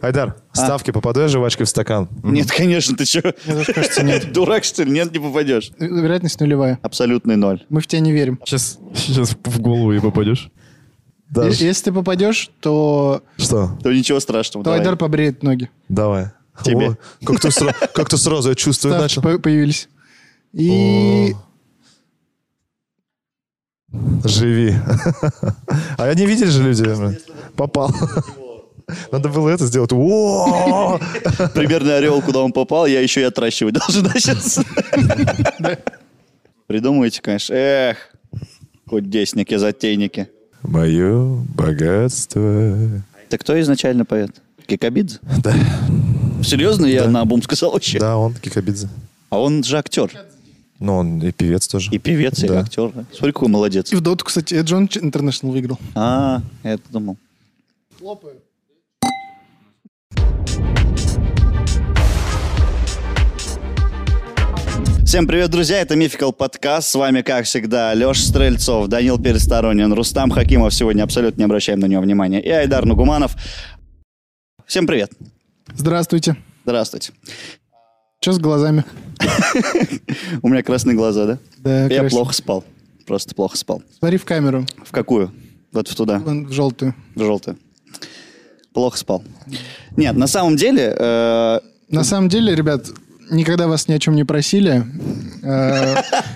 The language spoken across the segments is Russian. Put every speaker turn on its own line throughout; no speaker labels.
Айдар,
А.
ставки, попаду я жвачкой в стакан?
Нет, конечно, ты что? Дурак, что ли? Нет, не попадешь.
Вероятность нулевая.
Абсолютный ноль.
Мы в тебя не верим.
Сейчас, сейчас в голову и попадешь.
Е-
Да.
Если ты попадешь, то,
Что?
То ничего страшного.
то
Ну, давай.
Айдар побреет ноги.
Давай.
Тебе.
О, как, ты сра- как ты сразу, я чувствую,
Ставки
начал.
по- появились. И
Живи. А я не видели же люди? Попал. Надо было это сделать. О!
Примерный орел, куда он попал, я еще и отращивать должен сейчас. Придумываете, конечно. Эх, кудесники, затейники.
Мое богатство.
Ты кто изначально поэт? Кикабидзе?
Да,
Серьезно, я на обум сказал вообще.
да, он Кикабидзе.
А он же актер.
Ну, он и певец тоже.
И певец, и
Да.
актер. Смотри, какой молодец.
и в доту, кстати, Джон Интернешнл выиграл.
А, я это думал. Всем привет, друзья, это Мификал подкаст. С вами, как всегда, Леша Стрельцов, Данил Пересторонин, Рустам Хакимов. Сегодня абсолютно не обращаем на него внимания. И Айдар Нугуманов. Всем привет.
Здравствуйте.
Здравствуйте.
Че с глазами?
У меня красные глаза, да?
Да,
Я
красиво.
плохо спал. Просто плохо спал.
Смотри в камеру,
В какую? Вот в туда.
вон в желтую.
в желтую. Плохо спал. Нет, на самом деле... э,
На самом деле, ребят, никогда вас ни о чем не просили. э,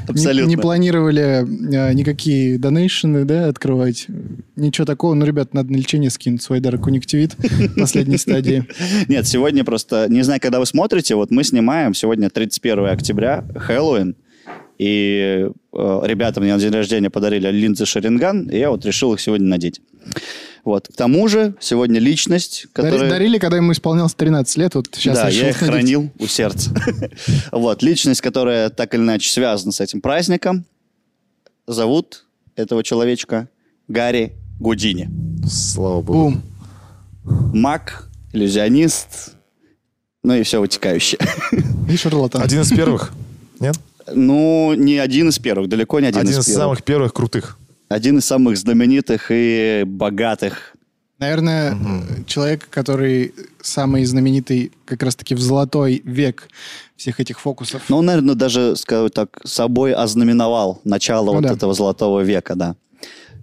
не-
Абсолютно.
Не планировали э, никакие донейшены, да, открывать. Ничего такого. Ну, ребят, надо на лечение скинуть свой дар конъюнктивит последней стадии.
Нет, сегодня просто... Не знаю, когда вы смотрите, вот мы снимаем сегодня 31 октября, Хэллоуин, и э, ребята мне на день рождения подарили линзы Шаринган, и я вот решил их сегодня надеть. Вот. К тому же, сегодня личность,
Дари-
которая...
Дарили, когда ему исполнялось 13 лет, вот сейчас
да,
решил
я их
надеть.
хранил у сердца. вот, личность, которая так или иначе связана с этим праздником, зовут этого человечка Гарри Гудини.
Слава богу.
Бум.
маг, иллюзионист, ну и все вытекающее.
И шарлатан.
Один из первых. Нет?
Ну, не один из первых, далеко не один,
Один
из,
из
первых.
самых первых крутых.
Один из самых знаменитых и богатых.
Наверное, э, человек, который самый знаменитый как раз-таки в золотой век всех этих фокусов.
Ну, он, наверное, даже, скажу так, собой ознаменовал начало
Ну
вот
да.
этого золотого века, да.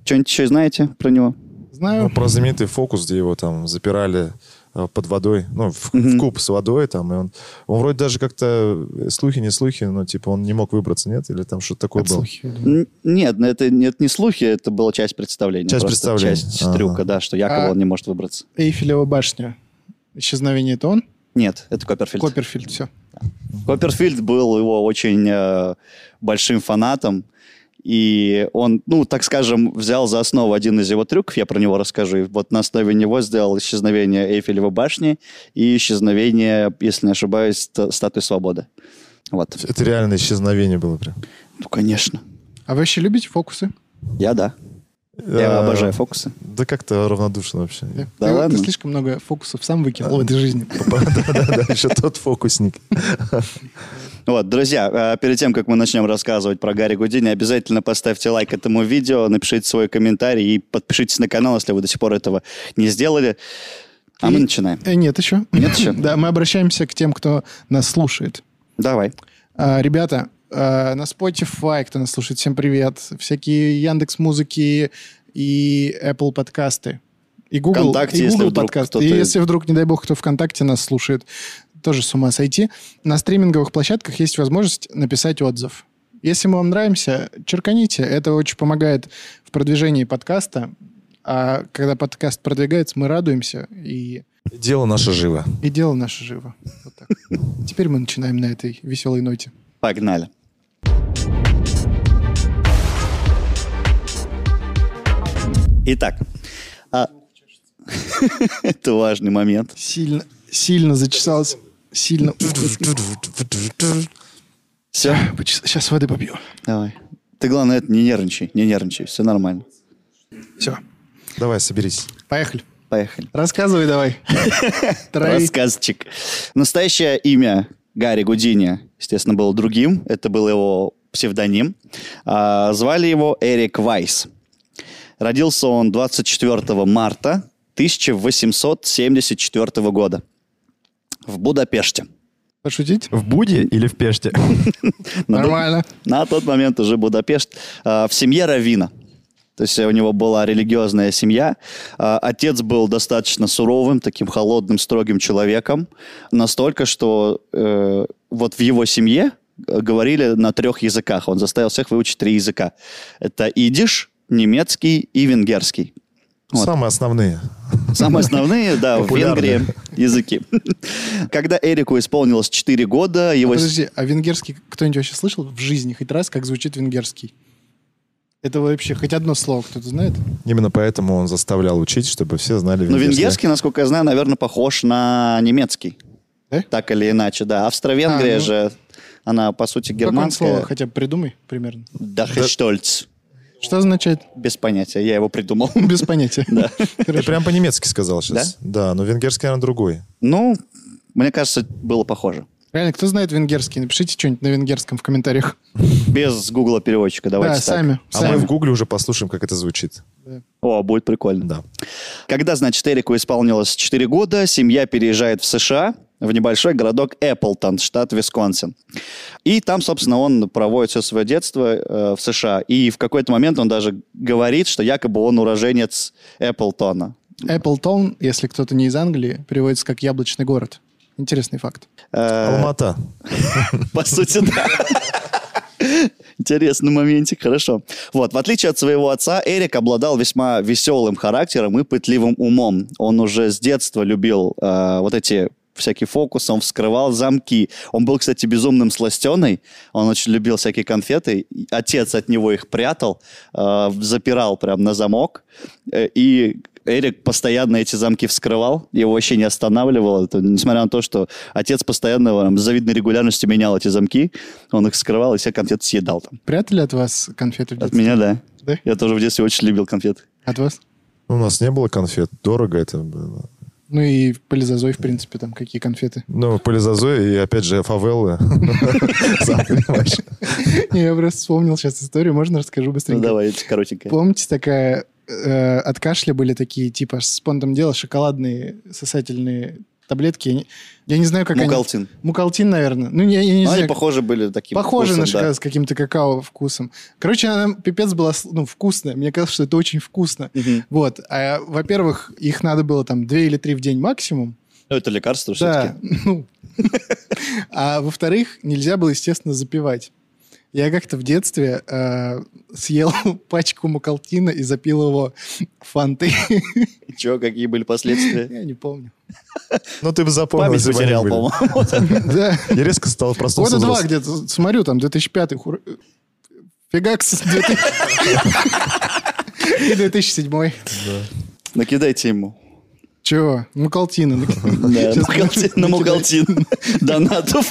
Что-нибудь еще знаете про него?
Знаю.
Ну, про знаменитый фокус, где его там запирали э, под водой, ну, в, в куб с водой там, и он, он вроде даже как-то, э, слухи, не слухи, но типа он не мог выбраться, нет? Или там что-то такое
От
было?
слухи.
Н- Нет, ну, это, нет, не слухи, это была часть представления.
Часть
просто
представления,
Часть
ага.
трюка, да, что якобы
А-
он не может выбраться.
Эйфелева башня. Исчезновение это он?
Нет, это Копперфильд.
Копперфильд, все.
Копперфильд был его очень э, большим фанатом. И он, ну, так скажем, взял за основу один из его трюков, я про него расскажу. И вот на основе него сделал исчезновение Эйфелевой башни и исчезновение, если не ошибаюсь, ста- статуи свободы. Вот.
Это реально исчезновение было прям.
Ну, конечно.
А вы вообще любите фокусы?
Я да.
Э,
Я обожаю фокусы.
Да как-то равнодушно вообще.
Да
ты, ты
ладно?
слишком много фокусов сам выкинул в этой жизни.
Да-да-да, еще тот фокусник.
Вот, друзья, э, перед тем, как мы начнем рассказывать про Гарри Гудини, обязательно поставьте лайк этому видео, напишите свой комментарий и подпишитесь на канал, если вы до сих пор этого не сделали. А мы
И-
начинаем.
Э, нет еще.
Нет еще?
Да, мы обращаемся к тем, кто нас слушает.
Давай.
А, ребята, а, на Spotify, кто нас слушает, всем привет. Всякие Яндекс музыки и Apple подкасты. И Google,
Вконтакте,
и
если
Google
вдруг
подкасты.
кто-то-
И если вдруг, не дай бог, кто ВКонтакте нас слушает, тоже с ума сойти. На стриминговых площадках есть возможность написать отзыв. Если мы вам нравимся, черканите. Это очень помогает в продвижении подкаста. А когда подкаст продвигается, мы радуемся. И,
Дело наше живо.
и дело наше живо. Вот так. Теперь мы начинаем на этой веселой ноте.
Погнали. Итак, а- это важный момент.
Сильно, сильно зачесалось. Сильно.
Все,
Сейчас воды попью.
давай. Ты, главное, это не нервничай, не нервничай, все нормально.
Все,
Давай, соберись.
поехали.
Поехали.
Рассказывай давай. Трави.
Рассказчик. Настоящее имя Гарри Гудини, естественно, было другим. Это был его псевдоним. А, звали его Эрик Вайс. Родился он 24 марта 1874 года в Будапеште.
Пошутить?
В Буде или в Пеште?
На тот-
Нормально.
На тот момент уже Будапешт. а, В семье Равина. То есть у него была религиозная семья. А, Отец был достаточно суровым, таким холодным, строгим человеком. Настолько, что э, вот в его семье э, говорили на трех языках. Он заставил всех выучить три языка. Это идиш, немецкий и венгерский. Вот.
Самые основные.
Самые основные, да, в
Популярные.
Венгрии языки. Когда Эрику исполнилось 4 года, его... с-
Подожди, а венгерский кто-нибудь вообще слышал в жизни хоть раз, как звучит венгерский? Это вообще хоть одно слово кто-то знает?
Именно поэтому он заставлял учить, чтобы все знали
Ну,
венгерский.
венгерский, насколько я знаю, наверное, похож на немецкий.
Да?
Так или иначе, да. Австро-Венгрия
А, ну.
же, она, по сути,
Какое слово
германская.
хотя бы придумай примерно.
Да, Хештольц.
Что означает?
Без понятия, я его придумал.
Без понятия.
Да.
Ты прям по-немецки сказал сейчас. Да? но венгерский, наверное, другой.
Ну, мне кажется, было похоже.
Реально, кто знает венгерский? Напишите что-нибудь на венгерском в комментариях.
Без гугла переводчика, давайте
да,
так.
сами.
А
сами.
мы в гугле уже послушаем, как это звучит.
О, будет прикольно.
Да.
Когда, значит, Эрику исполнилось 4 года, семья переезжает в США, в небольшой городок Эпплтон, штат Висконсин. И там, собственно, он проводит все свое детство э, в США. И в какой-то момент он даже говорит, что якобы он уроженец Эпплтона.
Эпплтон, если кто-то не из Англии, переводится как «яблочный город». Интересный факт.
Э,
Алмата.
По сути, да. Интересный моментик, хорошо. Вот, в отличие от своего отца, Эрик обладал весьма веселым характером и пытливым умом. Он уже с детства любил э, вот эти всякие фокусы, он вскрывал замки. Он был, кстати, безумным сластеной, он очень любил всякие конфеты. И Отец от него их прятал, э, запирал прям на замок. Э, и Эрик постоянно эти замки вскрывал, его вообще не останавливало, Это несмотря на то, что отец постоянно там, с завидной регулярностью менял эти замки, он их вскрывал и все конфеты съедал там.
Прятали от вас конфеты в
От
детстве?
меня, да.
Да?
Я тоже в детстве очень любил конфеты. Ну,
От вас?
У нас не было конфет. Дорого это было.
Ну и полизозой, в принципе, там какие конфеты.
Ну, Полизазой и, опять же, фавелы. Сам понимаешь.
Не, Я просто вспомнил сейчас историю, можно расскажу
Ну,
быстренько?
давай, коротенько.
Помните, такая э, от кашля были такие, типа, с понтом дела, шоколадные сосательные таблетки. Я не, я не знаю, как они...
Мукалтин.
Мукалтин, наверное. Ну, я, я не
Ну, они
знаю.
похожи были таким
Похоже на
вкусом, да.
шоколад с каким-то какао вкусом. Короче, она пипец была с- ну, вкусная. Мне казалось, что это очень вкусно.
Мгм.
Вот. А, во-первых, их надо было там две или три в день максимум.
Ну, это лекарство
Да.
все-таки.
ну. А во-вторых, нельзя было, естественно, запивать. Я как-то в детстве э, съел пачку мукалтина и запил его фантой.
Че, какие были последствия?
Я не помню.
Ну, ты бы запомнил.
Память
если бы они
потерял,
были.
по-моему.
Да.
Я резко стал проснулся.
Года два
взрослым.
где-то. Смотрю, там 2005 хур- Фигакс 2000. И 2007.
Накидайте ему.
Чего? Мукалтина. Ну,
Да,
Сейчас
Мукалтин-
накидай.
На Мукалтин. Донатов.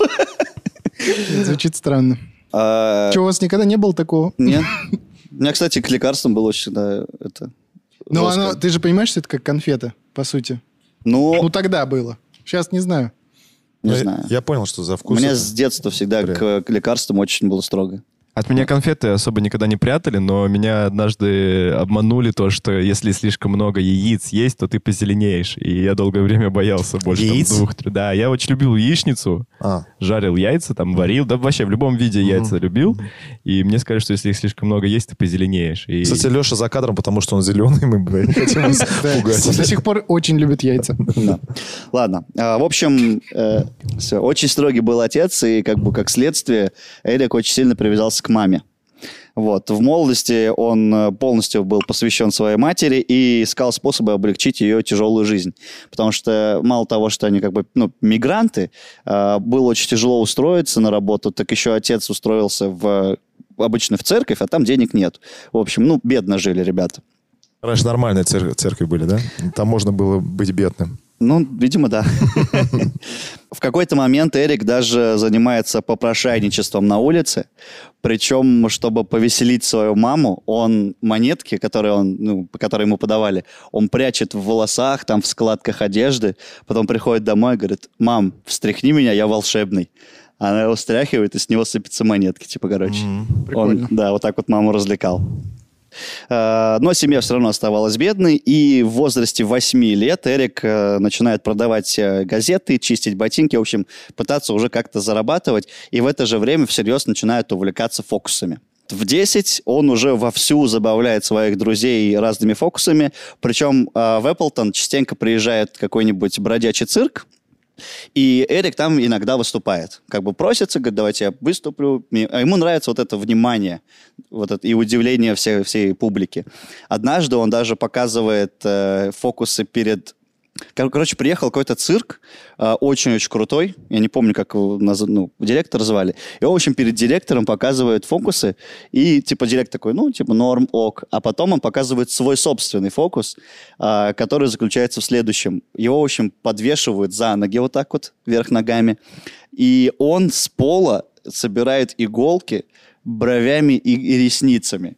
Звучит странно.
А,
Чего у вас никогда не было такого?
Нет. У меня, кстати, к лекарствам было очень да, это.
Ну,
жестко.
оно, ты же понимаешь, что это как конфета, по сути. Ну,
Ну,
тогда было. Сейчас не знаю.
не
Я-
знаю.
Ну, Я понял, что за
У
вкус.
меня
это.
с детства всегда
Бля.
к, к лекарствам очень было строго.
От меня конфеты особо никогда не прятали, но меня однажды обманули то, что если слишком много яиц есть, то ты позеленеешь. И я долгое время боялся больше там,
Яиц?
двух. трё- Да, я очень любил яичницу,
А,
жарил яйца, там варил, да вообще в любом виде яйца любил. И мне сказали, что если их слишком много есть, ты позеленеешь. И...
кстати, Леша за кадром, потому что он зеленый, мы бы не хотим вас
Да. До
пугать.
сих пор очень любит яйца.
Да. Ладно. А, в общем, все. Очень строгий был отец, и как бы как следствие Эрик очень сильно привязался к маме. Вот. В молодости он э, полностью был посвящен своей матери и искал способы облегчить ее тяжелую жизнь. Потому что мало того, что они как бы ну, мигранты, э, было очень тяжело устроиться на работу, так еще отец устроился в, обычно в церковь, а там денег нет. В общем, ну, бедно жили ребята.
Раньше нормальные цер- церкви были, да? Там можно было быть бедным.
Ну, видимо, да. В какой-то момент Эрик даже занимается попрошайничеством на улице. Причем, чтобы повеселить свою маму, он монетки, которые, он, ну, которые ему подавали, он прячет в волосах, там, в складках одежды. Потом приходит домой и говорит, мам, встряхни меня, я волшебный. Она его встряхивает, и с него сыпятся монетки, типа, короче.
Мгм.
Он,
Прикольно.
да, вот так вот маму развлекал. Э, Но семья все равно оставалась бедной, и в возрасте 8 лет Эрик э, начинает продавать э, газеты, чистить ботинки, в общем, пытаться уже как-то зарабатывать, и в это же время всерьез начинает увлекаться фокусами. В 10 он уже вовсю забавляет своих друзей разными фокусами, причем э, в Эпплтон частенько приезжает какой-нибудь бродячий цирк, и Эрик там иногда выступает. Как бы просится, говорит, давайте я выступлю. Мне- а Ему нравится вот это внимание вот это, и удивление всей, всей публики. Однажды он даже показывает э, фокусы перед... Кор- Короче, приехал какой-то цирк, э, очень-очень крутой. Я не помню, как его наз- ну, директора звали. И он, в общем, перед директором показывает фокусы. И, типа, директор такой, ну, типа, норм, ок. А потом он показывает свой собственный фокус, а, который заключается в следующем. Его, в общем, подвешивают за ноги вот так вот, вверх ногами. И он с пола собирает иголки бровями и, и ресницами.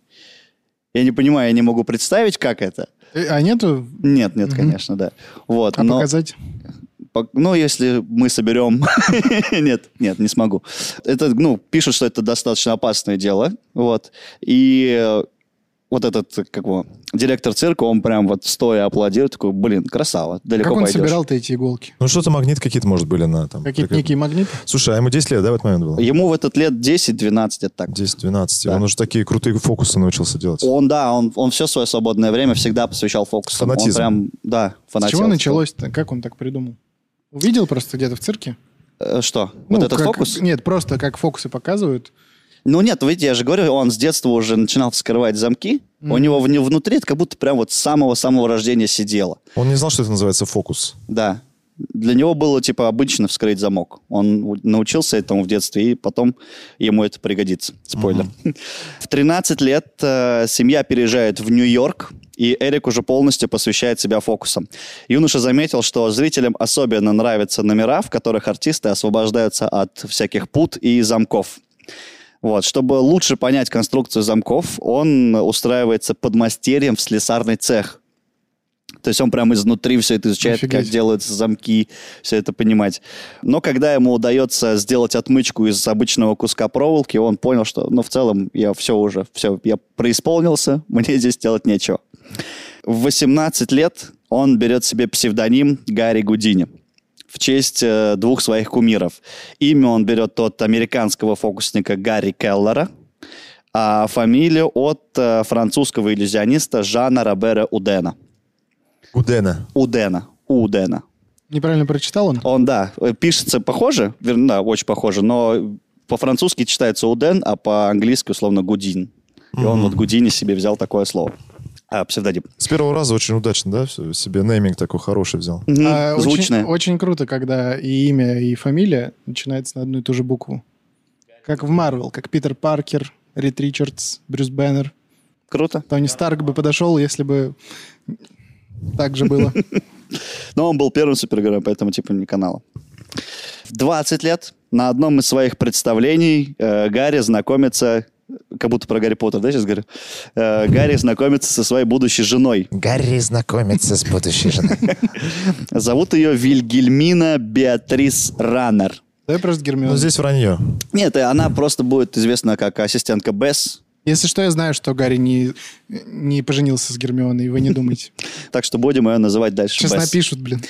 Я не понимаю, я не могу представить, как это.
Э, А нету?
Нет, нет,
Мгм.
конечно, да. Вот,
А
но...
показать?
Пок- Ну, если мы соберем... нет, нет, не смогу. Это, ну, пишут, что это достаточно опасное дело, вот. И э, вот этот, э, как его, директор цирка, он прям вот стоя аплодирует, такой, блин, красава, далеко
Как он
пойдешь».
собирал-то эти иголки?
Ну, что-то магнит какие-то, может, были на там.
Какие-то
Такая-
некие магниты?
Слушай, а ему 10 лет, да, в этот момент было?
Ему в этот лет 10-12, это так.
10-12.
Да.
Он уже такие крутые фокусы научился делать.
Он, да, он, он все свое свободное время всегда посвящал фокусу.
Фанатизм.
Он прям, да,
С
фанател.
чего началось-то? Как он так придумал? Увидел просто где-то в цирке?
Э, Что?
Ну,
вот этот
как-
фокус?
Нет, просто как фокусы показывают.
Ну нет, видите, я же говорю, он с детства уже начинал вскрывать замки.
Мгм.
У него вне- внутри это как будто прям вот с самого-самого рождения сидело.
Он не знал, что это называется фокус.
Да. Для него было типа обычно вскрыть замок. Он у- научился этому в детстве, и потом ему это пригодится. Спойлер. В 13 лет э, семья переезжает в Нью-Йорк, и Эрик уже полностью посвящает себя фокусам. Юноша заметил, что зрителям особенно нравятся номера, в которых артисты освобождаются от всяких пут и замков. Вот, чтобы лучше понять конструкцию замков, он устраивается подмастерьем в слесарный цех. То есть он прям изнутри все это изучает, как
Офигеть.
делаются замки, все это понимать. Но когда ему удается сделать отмычку из обычного куска проволоки, он понял, что, ну, в целом, я все уже, все, я преисполнился, мне здесь делать нечего. В 18 лет он берет себе псевдоним Гарри Гудини в честь э, двух своих кумиров. Имя он берет от американского фокусника Гарри Келлера, а фамилию от э, французского иллюзиониста Жана Робера Удена.
Гудена.
Удена. Удена.
Неправильно прочитал он?
Он, да, э, пишется похоже, верно, да, очень похоже, но по-французски читается Уден, а по-английски, условно, Гудин. И он вот Гудини себе взял такое слово. А, псевдоним.
С первого раза очень удачно, да, всё, себе нейминг такой хороший взял.
Мгм,
А,
Звучное.
Очень, очень круто, когда и имя, и фамилия начинается на одну и ту же букву. Как в Марвел, как Питер Паркер, Рид Ричардс, Брюс Бэннер.
Круто.
Тони Старк бы подошел, если бы так же было.
Но он был первым супергероем, поэтому типа не канала. В 20 лет на одном из своих представлений э, Гарри знакомится, как будто про Гарри Поттер, да, сейчас говорю? Э, Гарри знакомится со своей будущей женой.
Гарри знакомится с будущей женой.
Зовут ее Вильгельмина Беатрис Раннер.
Давай просто
Но
Ну,
Гермиона.
Ну, здесь вранье.
Нет, и она просто будет известна как ассистентка Бесс,
Если что, я знаю, что Гарри не, не поженился с Гермионой, вы не думайте.
так что будем ее называть дальше
Сейчас
Бесс.
напишут, блин.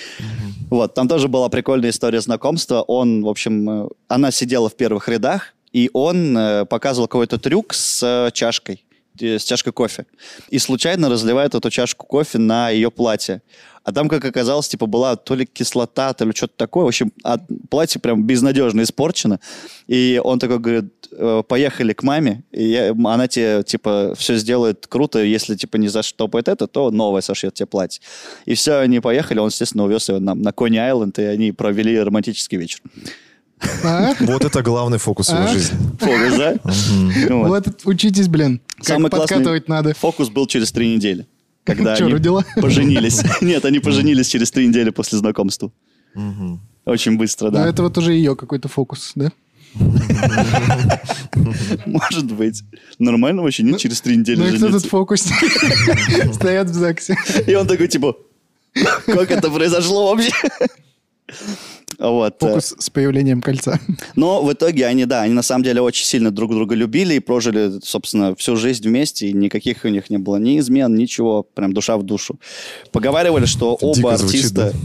Вот, там тоже была прикольная история знакомства. Он, в общем, э, она сидела в первых рядах, и он э, показывал какой-то трюк с э, чашкой, э, с чашкой кофе. И случайно разливает эту чашку кофе на ее платье. А там, как оказалось, типа была то ли кислота, то ли что-то такое. В общем, а платье прям безнадежно испорчено. И он такой говорит, «Э, поехали к маме, и я- она тебе, типа, все сделает круто, если, типа, не заштопает это, то новое сошьет тебе платье. И все, они поехали, он, естественно, увез ее на, на Кони-Айленд, и они провели романтический вечер.
А?
Вот это главный фокус его
А?
жизни.
Фокус, да? Вот.
Вот учитесь, блин, как
Самый классный-
подкатывать надо.
Фокус был через три недели. Когда
Чё,
они
родила?
поженились. Нет, они поженились через три недели после знакомства.
Мгм.
Очень быстро,
Но
типа, да.
Ну, это вот уже ее какой-то фокус, да?
Может быть. Нормально вообще, нет, через три недели
Ну и кто тут
жениться.
фокусник? Стоят в ЗАГСе.
И он такой, типа, как это произошло вообще? Вот. э,
Фокус с появлением кольца.
Но в итоге они, да, они на самом деле очень сильно друг друга любили и прожили, собственно, всю жизнь вместе, и никаких у них не было ни измен, ничего, прям душа в душу. Поговаривали, что оба
Дико звучит,
артиста...
да.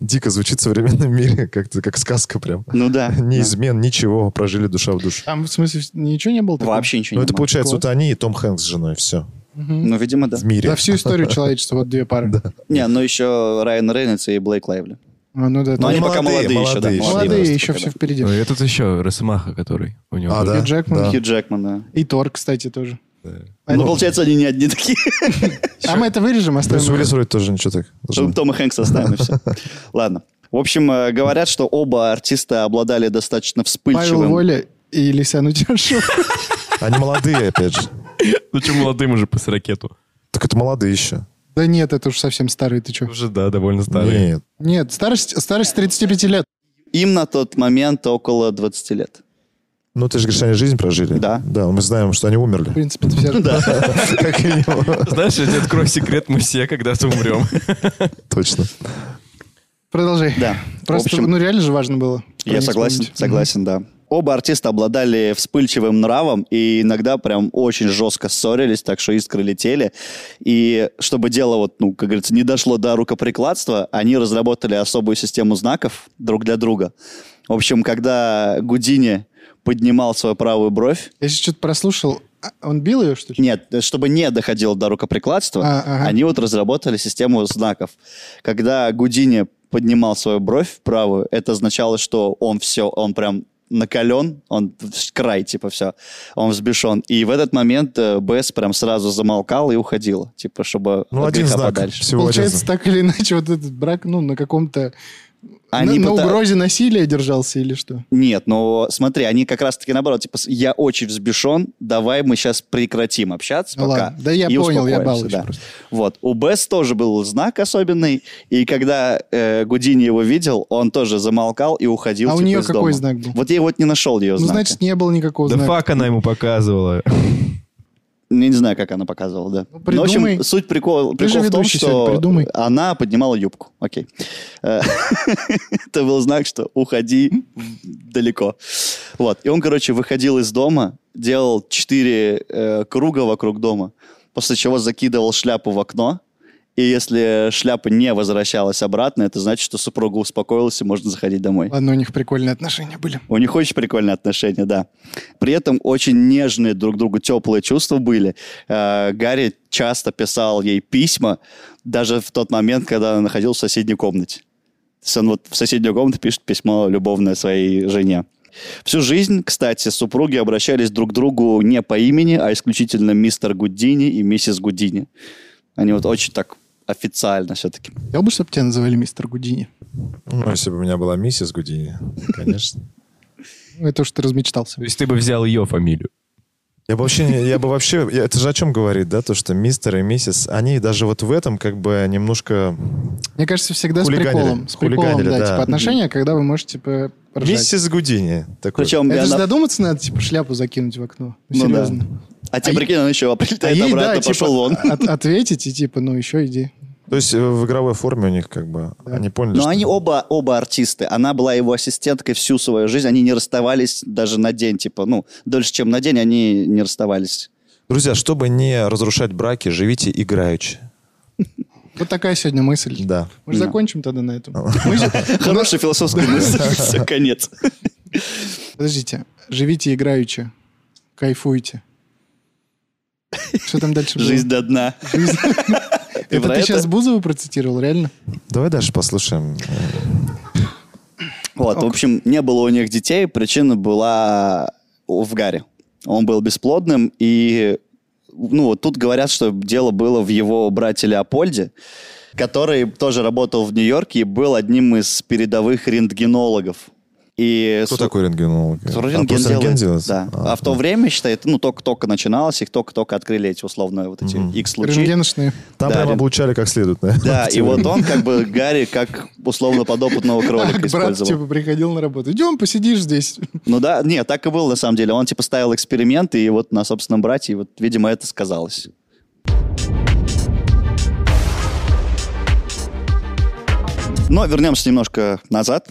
Дико звучит в современном мире, как-то как сказка прям.
Ну да.
Ни
да.
измен, ничего, прожили душа в душу.
Там, в смысле, ничего не было такого?
Вообще ничего
Ну,
не
это
было.
получается,
Класс.
вот они и Том Хэнкс с женой, все.
Мгм.
Ну, видимо, да.
В мире.
За всю историю человечества вот две пары.
Не, ну еще Райан Рейнольдс и Блейк Лайвли.
А, ну да,
Но
там
они пока
молодые,
молодые, еще, да.
молодые еще,
молодые,
просто
еще
пока,
все
да.
впереди.
Ну, и этот еще Росомаха, который у него.
А,
был.
да.
Хью Джекман.
да.
Хью Джекман, да.
И Тор, кстати, тоже.
Ну, получается, они не одни такие.
А мы это вырежем,
Брюс
оставим.
Уиллис вроде тоже ничего так.
Чтобы Тома Хэнкса оставим, и все. Ладно. В общем, э, говорят, что оба артиста обладали достаточно
Павел
вспыльчивым...
Воля и Лисяну Дершова.
Они молодые, опять же.
Ну, что молодым уже по ракету?
Так это молодые еще.
Да нет, это уж совсем старый, ты что?
Уже, да, довольно старый.
Нет.
Нет, старость, старость 35 лет.
Им на тот момент около 20 лет.
Ну, ты же говоришь, они жизнь прожили.
Да.
Да, мы знаем, что они
В
умерли.
принципе, это все.
Да.
Как и его.
Знаешь, я тебе открою секрет, мы все когда-то умрем.
Точно.
Продолжай.
Да.
Просто,
В общем,
ну реально же важно было. про
Я
них
согласен,
вспомнить.
согласен, да. Оба артиста обладали вспыльчивым нравом и иногда прям очень жестко ссорились, так что искры летели. И чтобы дело, вот, ну, как говорится, не дошло до рукоприкладства, они разработали особую систему знаков друг для друга. В общем, когда Гудини поднимал свою правую бровь,
Я сейчас что-то прослушал. А, Он бил ее, что ли?
нет, э, чтобы не доходило до рукоприкладства,
А, ага.
они вот разработали систему знаков. Когда Гудини поднимал свою бровь правую, это означало, что он все, он прям накален, он в край, типа, все, он взбешен. И в этот момент э, Бесс прям сразу замолкала и уходила, типа, чтобы
Ну,
от
один
греха
знак.
подальше.
Всего один
Получается,
знак.
так или иначе, вот этот брак, ну, на каком-то...
Они
на, на
пыта-
угрозе насилия держался или что?
Нет, но смотри, они как раз-таки наоборот, типа, с- я очень взбешен, давай мы сейчас прекратим общаться
Ну
пока.
ладно. Да я
и
понял, я
успокоимся,
балуюсь
да.
просто.
Вот. У Бесс тоже был знак особенный, и когда э, Гудини его видел, он тоже замолкал и уходил
А у
типа,
нее
из дома.
какой знак был?
Вот я вот не нашел ее
Ну,
знака.
значит, не было никакого
Да
знака.
фак она ему показывала.
Я не знаю, как она показывала, да.
Ну,
Но, в
придумай.
общем, суть прикола,
Ты же
прикол в том,
ведущий
что
сегодня, придумай.
она поднимала юбку. Окей. Э, Это был знак, что уходи далеко. Вот. И он, короче, выходил из дома, делал четыре э, круга вокруг дома, после чего закидывал шляпу в окно. И если шляпа не возвращалась обратно, это значит, что супруга успокоилась и можно заходить домой.
Ладно, у них прикольные отношения были.
У них очень прикольные отношения, да. При этом очень нежные друг другу теплые чувства были. Э, Гарри часто писал ей письма, даже в тот момент, когда она находилась в соседней комнате. То есть он вот в соседнюю комнату пишет письмо любовное своей жене. Всю жизнь, кстати, супруги обращались друг к другу не по имени, а исключительно мистер Гудини и миссис Гудини. Они вот очень так официально все-таки.
Я бы, чтобы тебя называли мистер Гудини.
Ну, если бы у меня была миссис Гудини, конечно.
Ну, Это уж ты размечтался.
То есть ты бы взял ее фамилию.
Я бы вообще, не- я бы вообще, я- это же о чем говорит, да, то, что мистер и миссис, они даже вот в этом как бы немножко...
Мне кажется, всегда с
Хулиганили.
приколом. С приколом,
Хулиганили,
да,
да.
типа отношения, когда вы можете, типа, ржать.
Миссис Гудини. Такой.
Причем
Это
и
же
она-
додуматься надо, типа, шляпу закинуть в окно. Ну,
Ну да.
Серьезно.
А тебе
А
прикинь, она еще
А
прилетает
ей,
обратно,
да, типа,
пошел вон.
от- ответить и типа, ну еще иди.
То есть э, в игровой форме у них как бы, они поняли,
Но
Ну, что-
они оба, оба артисты. Она была его ассистенткой всю свою жизнь. Они не расставались даже на день, типа, ну, дольше, чем на день они не расставались.
Друзья, чтобы не разрушать браки, живите играючи.
Вот такая сегодня мысль.
Да.
Мы же
Да. А.
закончим тогда на этом.
Ну,
Хорошая философская мысль. Все, конец.
Подождите. Живите играючи. Кайфуйте. Что там дальше было?
Жизнь до дна.
Жизнь. Это
про
ты
это?
сейчас Бузову процитировал, реально?
Давай дальше послушаем. э,
Вот, в общем, не было у них детей. Причина была в Гаре. Он был бесплодным, и ну, вот тут говорят, что дело было в его брате Леопольде, который тоже работал в Нью-Йорке и был одним из передовых рентгенологов. И
Кто
с-
такой рентгенолог?
С
А,
рентген
просто
делает,
рентген делается?
Да. А, в то время, считай, это, ну, только-только начиналось, их только-только открыли эти условно вот эти
Мгм.
X-лучи.
Рентгеношные.
Там
Да,
прям
рен-
облучали как следует, наверное.
Да, и вот он как бы Гарри как условно подопытного кролика
Так, брат,
использовал.
типа, приходил на работу. Идем, посидишь здесь.
Ну да, нет, так и было на самом деле. Он типа ставил эксперименты и вот на собственном брате, и вот, видимо, это сказалось. Но вернемся немножко назад.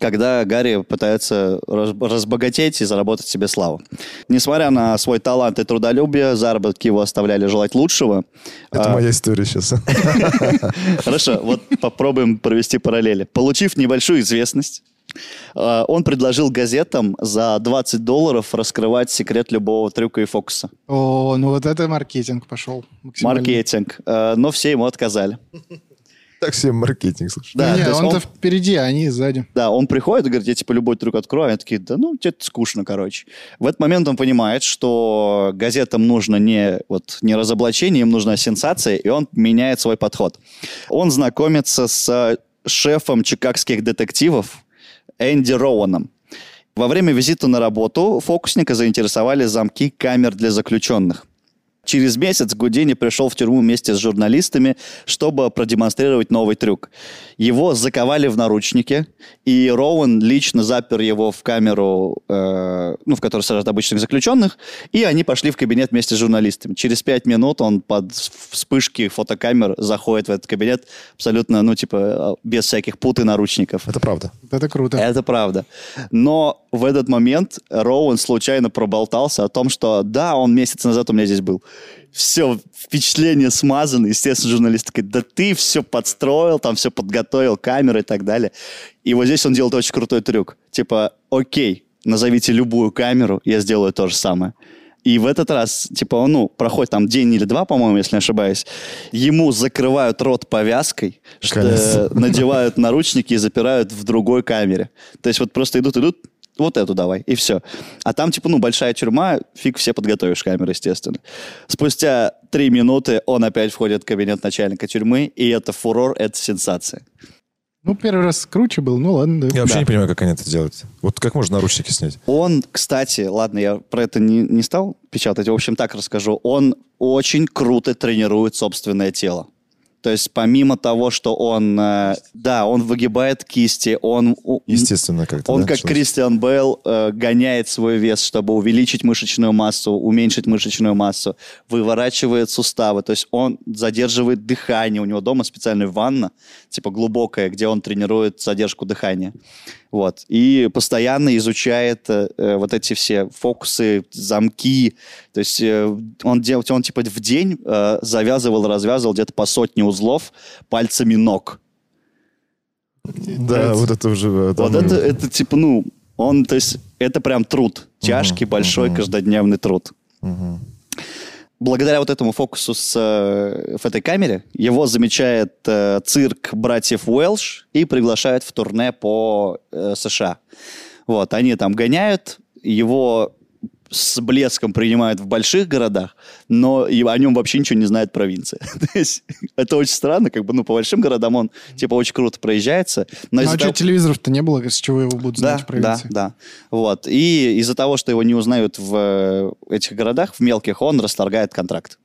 когда Гарри пытается раз- разбогатеть и заработать себе славу. Несмотря на свой талант и трудолюбие, заработки его оставляли желать лучшего.
Это
А,
моя история сейчас.
Хорошо, вот попробуем провести параллели. Получив небольшую известность, э, он предложил газетам за 20 долларов раскрывать секрет любого трюка и фокуса.
О, ну вот это маркетинг пошел. максимально.
Маркетинг. Э, Но все ему отказали.
Так себе маркетинг, слушай.
Да,
Не,
то есть
он-то
он-
впереди, а они сзади.
Да, он приходит и говорит, я типа любой трюк открою, а они такие, да ну, тебе это скучно, короче. В этот момент он понимает, что газетам нужно не, вот, не разоблачение, им нужна сенсация, и он меняет свой подход. Он знакомится с э, шефом чикагских детективов Энди Роуаном. Во время визита на работу фокусника заинтересовали замки камер для заключенных. Через месяц Гудини пришел в тюрьму вместе с журналистами, чтобы продемонстрировать новый трюк. Его заковали в наручники, и Роуэн лично запер его в камеру, э, ну, в которой сажают обычных заключенных, и они пошли в кабинет вместе с журналистами. Через пять минут он под вспышки фотокамер заходит в этот кабинет абсолютно, ну, типа, э, без всяких пут и наручников.
Это правда.
Вот Это круто.
Это правда. Но в этот момент Роуэн случайно проболтался о том, что да, он месяц назад у меня здесь был. Все, впечатление смазано. Естественно, журналист такой, да ты все подстроил, там все подготовил, камеры и так далее. И вот здесь он делает очень крутой трюк. Типа, окей, назовите любую камеру, я сделаю то же самое. И в этот раз, типа, он, ну, проходит там день или два, по-моему, если не ошибаюсь, ему закрывают рот повязкой, что-
Конечно.
надевают наручники и запирают в другой камере. То есть вот просто идут, идут, вот эту давай, и все. А там, типа, ну, большая тюрьма, фиг все подготовишь камеры, естественно. Спустя три минуты он опять входит в кабинет начальника тюрьмы, и это фурор, это сенсация.
Ну, первый раз круче был, ну ладно. да.
Я вообще
Да.
не понимаю, как они это делают. Вот как можно наручники снять?
Он, кстати, ладно, я про это не, не стал печатать, в общем, так расскажу. Он очень круто тренирует собственное тело. То есть помимо того, что он, э, да, он выгибает кисти, он у-
Естественно, как-то.
Он,
да,
как
человек?
Кристиан Бейл, э, гоняет свой вес, чтобы увеличить мышечную массу, уменьшить мышечную массу, выворачивает суставы. То есть он задерживает дыхание. У него дома специальная ванна, типа глубокая, где он тренирует задержку дыхания. Вот. И постоянно изучает э, э, вот эти все фокусы, замки. То есть э, он, дел- он типа в день э, завязывал, развязывал где-то по сотне узлов пальцами ног.
Да, вот это уже... э, там,
Вот это, это типа, ну, он, то есть, это прям труд. Тяжкий, большой, каждодневный труд.
мгм.
Благодаря вот этому фокусу с, э, в этой камере его замечает э, цирк братьев Уэлш и приглашает в турне по э, США. Вот, они там гоняют, его с блеском принимают в больших городах, но и о нем вообще ничего не знает провинция. То есть это очень странно, как бы, ну, по большим городам он, типа, очень круто проезжается. Но
Ну,
из-за
а
того-
что, телевизоров-то не было, с чего его будут знать в
да,
провинции?
да. Вот. И из-за того, что его не узнают в э, этих городах, в мелких, он расторгает контракт.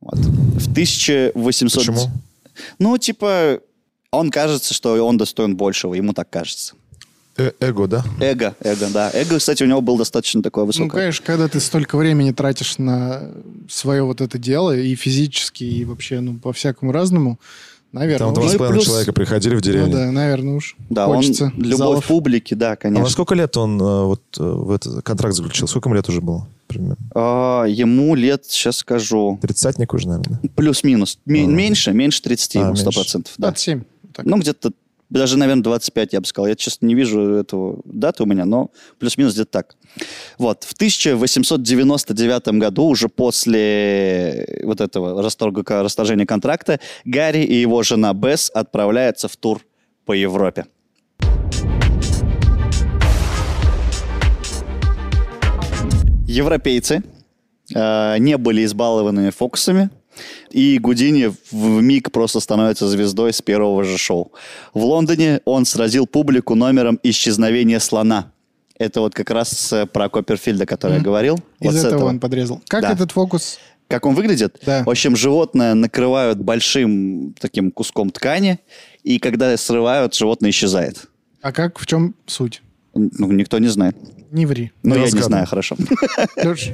Вот. В 1800...
Почему?
Ну, типа, он кажется, что он достоин большего, ему так кажется.
Э- Эго, да?
Эго, эго, да. Эго, кстати, у него был достаточно такое
Ну,
высокое.
конечно, когда ты столько времени тратишь на свое вот это дело, и физически, и вообще, ну, по-всякому разному, наверное,
Там два
уже-
с
Ну и
половиной
плюс-
человека приходили в
ну,
деревню.
да, наверное, уж
да,
хочется.
он любовь
залов.
публики, да,
А
конечно.
во сколько лет он э, вот э, в этот контракт заключил? Сколько ему лет уже было? Примерно.
А, ему лет, сейчас скажу,
Тридцатник уже, наверное. да?
плюс-минус. Ме-
А.
Меньше, меньше 30
А,
ему,
меньше.
100%. процентов, Да.
27. вот так.
Ну, где-то даже, наверное, 25, я бы сказал. Я, честно, не вижу этого даты у меня, но плюс-минус где-то так. Вот. В 1899 году, уже после вот этого расторга, расторжения контракта, Гарри и его жена Бесс отправляются в тур по Европе. Европейцы э, не были избалованы фокусами, и Гудини в миг просто становится звездой с первого же шоу. В Лондоне он сразил публику номером «Исчезновение слона». Это вот как раз э, про Копперфильда, который я говорил. Вот с
Из этого,
этого.
он подрезал. Как
Да.
этот фокус?
Как он выглядит?
Да.
В общем, животное накрывают большим таким куском ткани, и когда срывают, животное исчезает.
А как, в чем суть?
Ну, никто не знает.
Не ври.
Не
Но я не
разгадывай.
знаю, хорошо.
Лёш,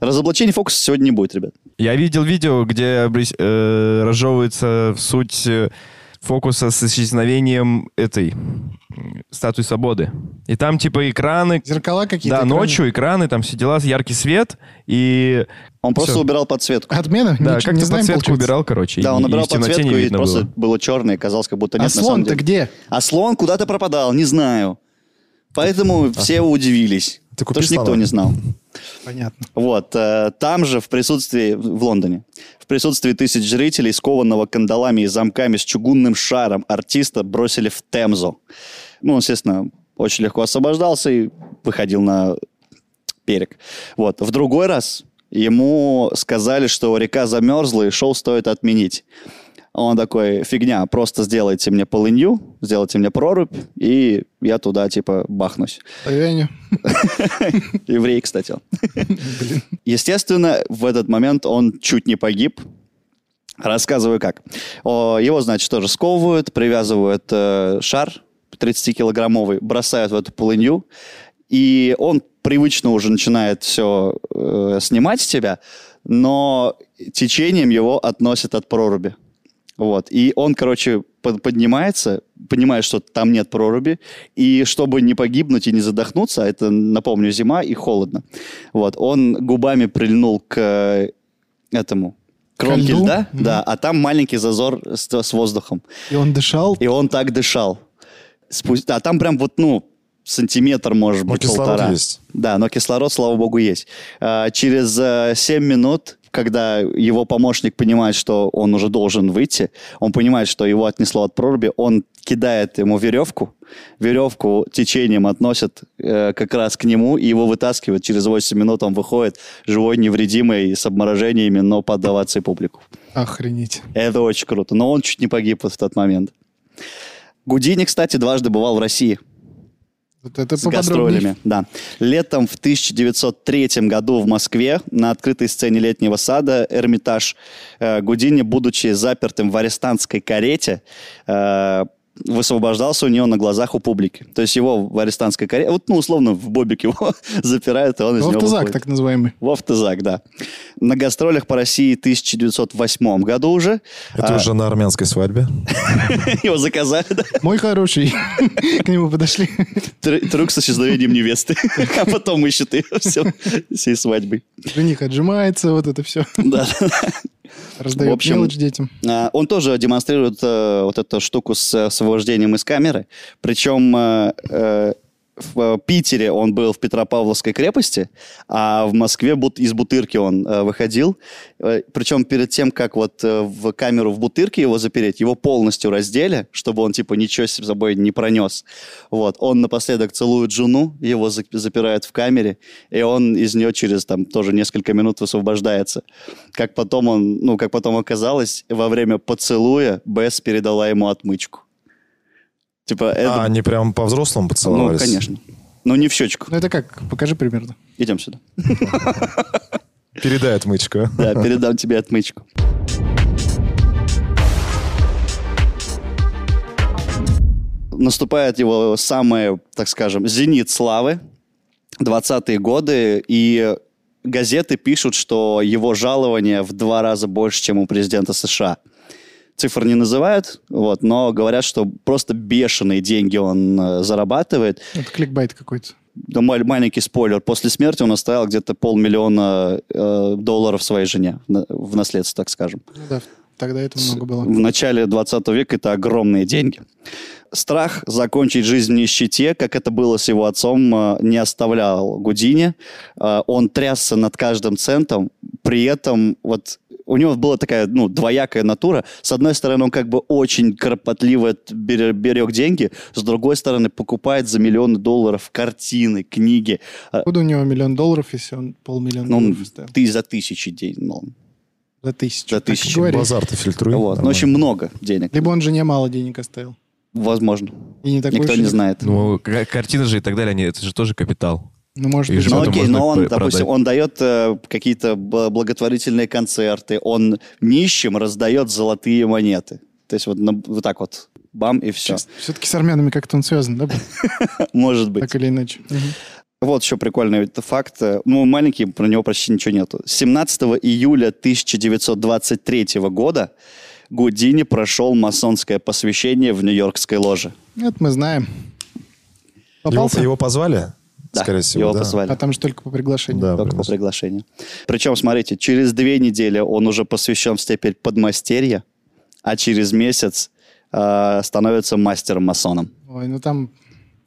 Разоблачений фокуса сегодня не будет, ребят.
Я видел видео, где обрис- э, разжевывается в суть э, фокуса с исчезновением этой м, статуи свободы. И там типа экраны,
Зеркала какие-то.
да,
экраны.
ночью экраны, там все дела, яркий свет, и
Он просто
Всё.
убирал подсветку.
Отмена?
да,
Ничего не
как-то
знаем,
подсветку
получается.
убирал, короче,
Да,
и-
он
и,
убирал
в темноте
подсветку,
не
и
видно
просто
было.
было черное, и казалось, как будто
А
нет на самом
слон-то
деле.
где?
А слон куда-то пропадал, не знаю. Поэтому
А.
все удивились.
Ты купи
потому что никто
слона.
не знал.
Понятно.
Вот, э, там же в присутствии, в Лондоне, в присутствии тысяч зрителей, скованного кандалами и замками с чугунным шаром, артиста бросили в Темзу. Ну, он, естественно, очень легко освобождался и выходил на берег. Вот, в другой раз ему сказали, что река замерзла и шоу стоит отменить. Он такой, фигня, просто сделайте мне полынью, сделайте мне прорубь, и я туда, типа, бахнусь.
Павиане.
Еврей, кстати, он. Естественно, в этот момент он чуть не погиб. Рассказываю как. О, Его, значит, тоже сковывают, привязывают э, шар 30-килограммовый, бросают в эту полынью, и он привычно уже начинает все снимать с тебя, но течением его относят от проруби. Вот. И он, короче, под- поднимается, понимает, что там нет проруби, и чтобы не погибнуть и не задохнуться, а это, напомню, зима и холодно, вот, он губами прильнул к э, этому кромке
льду?
льда,
Мгм.
да, а там маленький зазор с, с воздухом.
И он дышал.
И он так дышал. Спу- А там прям вот, ну, сантиметр, может
Ну,
быть,
кислород
полтора.
есть.
Да, но кислород, слава богу, есть. А, Через 7 минут, когда его помощник понимает, что он уже должен выйти, он понимает, что его отнесло от проруби, он кидает ему веревку, веревку течением относят э, как раз к нему, и его вытаскивают. Через 8 минут он выходит живой, невредимый, с обморожениями, но под овацией публику.
Охренеть.
Это очень круто. Но он чуть не погиб вот в тот момент. Гудини, кстати, дважды бывал в России
Вот это
с
поподробнее.
гастролями. Да. Летом в 1903 году в Москве на открытой сцене летнего сада Эрмитаж э, Гудини, будучи запертым в арестантской карете, э, высвобождался у него на глазах у публики. То есть его в арестантской карете, вот, ну, условно, в бобике его запирают, и он из него
Лофтозак,
выходит.
так называемый.
Вов Тызак, да. На гастролях по России в 1908 году уже.
Это
А,
уже на армянской свадьбе.
Его заказали, да.
Мой хороший. К нему подошли.
Трю- Трюк с исчезновением невесты. А потом ищет ее все, всей свадьбой.
Жених отжимается, вот это все.
Да. В
Раздает
общем,
мелочь детям.
А, Он тоже демонстрирует э, вот эту штуку с э, освобождением из камеры. Причем э, э, в э, Питере он был в Петропавловской крепости, а в Москве бут- из Бутырки он э, выходил. Э, Причем перед тем, как вот э, в камеру в Бутырке его запереть, его полностью раздели, чтобы он типа ничего с собой не пронес. Вот. Он напоследок целует жену, его зап- запирают в камере, и он из нее через там тоже несколько минут высвобождается. Как потом он, ну, как потом оказалось, во время поцелуя Бесс передала ему отмычку. Типа, это...
А, они прям по-взрослому
ну,
поцеловались?
конечно. Ну, не в щечку.
Ну это как? Покажи примерно.
Идем сюда.
Передай отмычку. а.
Да, передам тебе отмычку. Наступает его самое, так скажем, зенит славы, 20-е годы, и газеты пишут, что его жалование в два раза больше, чем у президента США. Цифр не называют, вот, но говорят, что просто бешеные деньги он э, зарабатывает.
Это кликбайт какой-то.
Да, маль- маленький спойлер. После смерти он оставил где-то полмиллиона э, долларов своей жене на- в наследство, так скажем.
Ну да, тогда это много было.
В начале 20 века это огромные деньги. Страх закончить жизнь в нищете, как это было с его отцом, э, не оставлял Гудини. Э, Он трясся над каждым центом, при этом вот у него была такая, ну, двоякая натура. С одной стороны, он как бы очень кропотливо т- бере- берег деньги, с другой стороны, покупает за миллионы долларов картины, книги. Э,
Откуда у него миллион долларов, если он полмиллиона
Ну,
долларов стоил?
ты за тысячи денег. ну,
За тысячу.
за
Так и
тысячу.
говори.
Базар-то фильтруем.
вот. Ну, очень много денег,
Либо он жене мало денег оставил.
возможно.
И не такой
Никто
уж
не
и-
знает.
Ну, к- картины же и так далее, они, это же тоже капитал.
Ну, может
И
быть.
же
Ну
потом
окей,
можно
но он,
п-
допустим,
продать.
он дает э, какие-то б- благотворительные концерты, он нищим раздает золотые монеты. То есть вот, на- вот так вот, бам, и все.
Все-таки с армянами как-то он связан, да? был?
Может быть.
Так или иначе. Мгм.
Вот еще прикольный это факт. э, Ну, маленький, про него почти ничего нету. 17 июля 1923 года Гудини прошел масонское посвящение в Нью-Йоркской ложе.
Это мы знаем.
Его,
Попался?
его позвали,
Да,
скорее всего,
его
да?
позвали.
А там же только по приглашению.
Да,
Только по
пригласили.
приглашению. Причем, смотрите, через две недели он уже посвящен в степень подмастерья, а через месяц э, становится мастером-масоном.
Ой, ну там...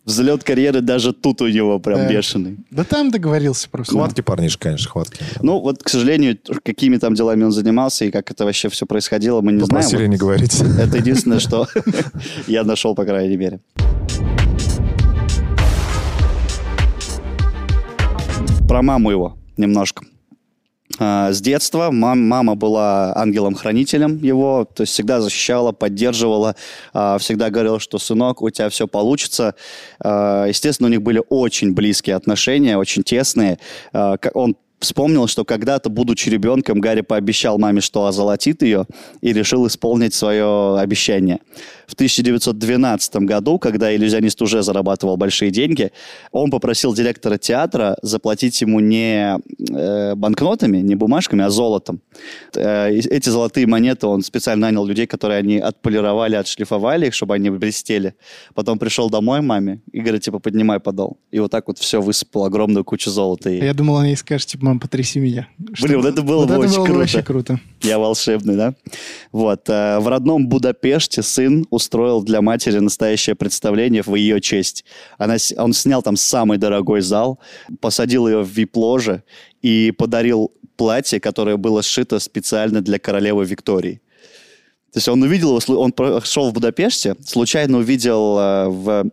Взлет карьеры даже тут у него прям
Да.
бешеный.
Да там договорился просто.
Хватки парнишка, конечно, хватки.
Ну, вот, к сожалению, какими там делами он занимался и как это вообще все происходило, мы не
Попросили
знаем.
не говорить.
Это единственное, что я нашел, по крайней мере. Про маму его немножко. А, С детства мам- мама была ангелом-хранителем его, то есть всегда защищала, поддерживала, а, всегда говорила, что сынок, у тебя все получится. А, Естественно, у них были очень близкие отношения, очень тесные. А, ка- Он вспомнил, что когда-то, будучи ребенком, Гарри пообещал маме, что озолотит ее, и решил исполнить свое обещание. В 1912 году, когда иллюзионист уже зарабатывал большие деньги, он попросил директора театра заплатить ему не э, банкнотами, не бумажками, а золотом. Э, и эти золотые монеты он специально нанял людей, которые они отполировали, отшлифовали их, чтобы они блестели. Потом пришел домой маме и говорит, типа, поднимай подол. И вот так вот все высыпал огромную кучу золота. И
А Я думал, она ей скажет, типа, мам, потряси меня. Что-
вот это было бы
это
очень
было бы
круто.
вообще круто.
Я волшебный, да? Вот. э, В родном Будапеште сын устроил для матери настоящее представление в ее честь. Она, с- он снял там самый дорогой зал, посадил ее в вип-ложе и подарил платье, которое было сшито специально для королевы Виктории. То есть он увидел, его слу- он прошел в Будапеште, случайно увидел э, в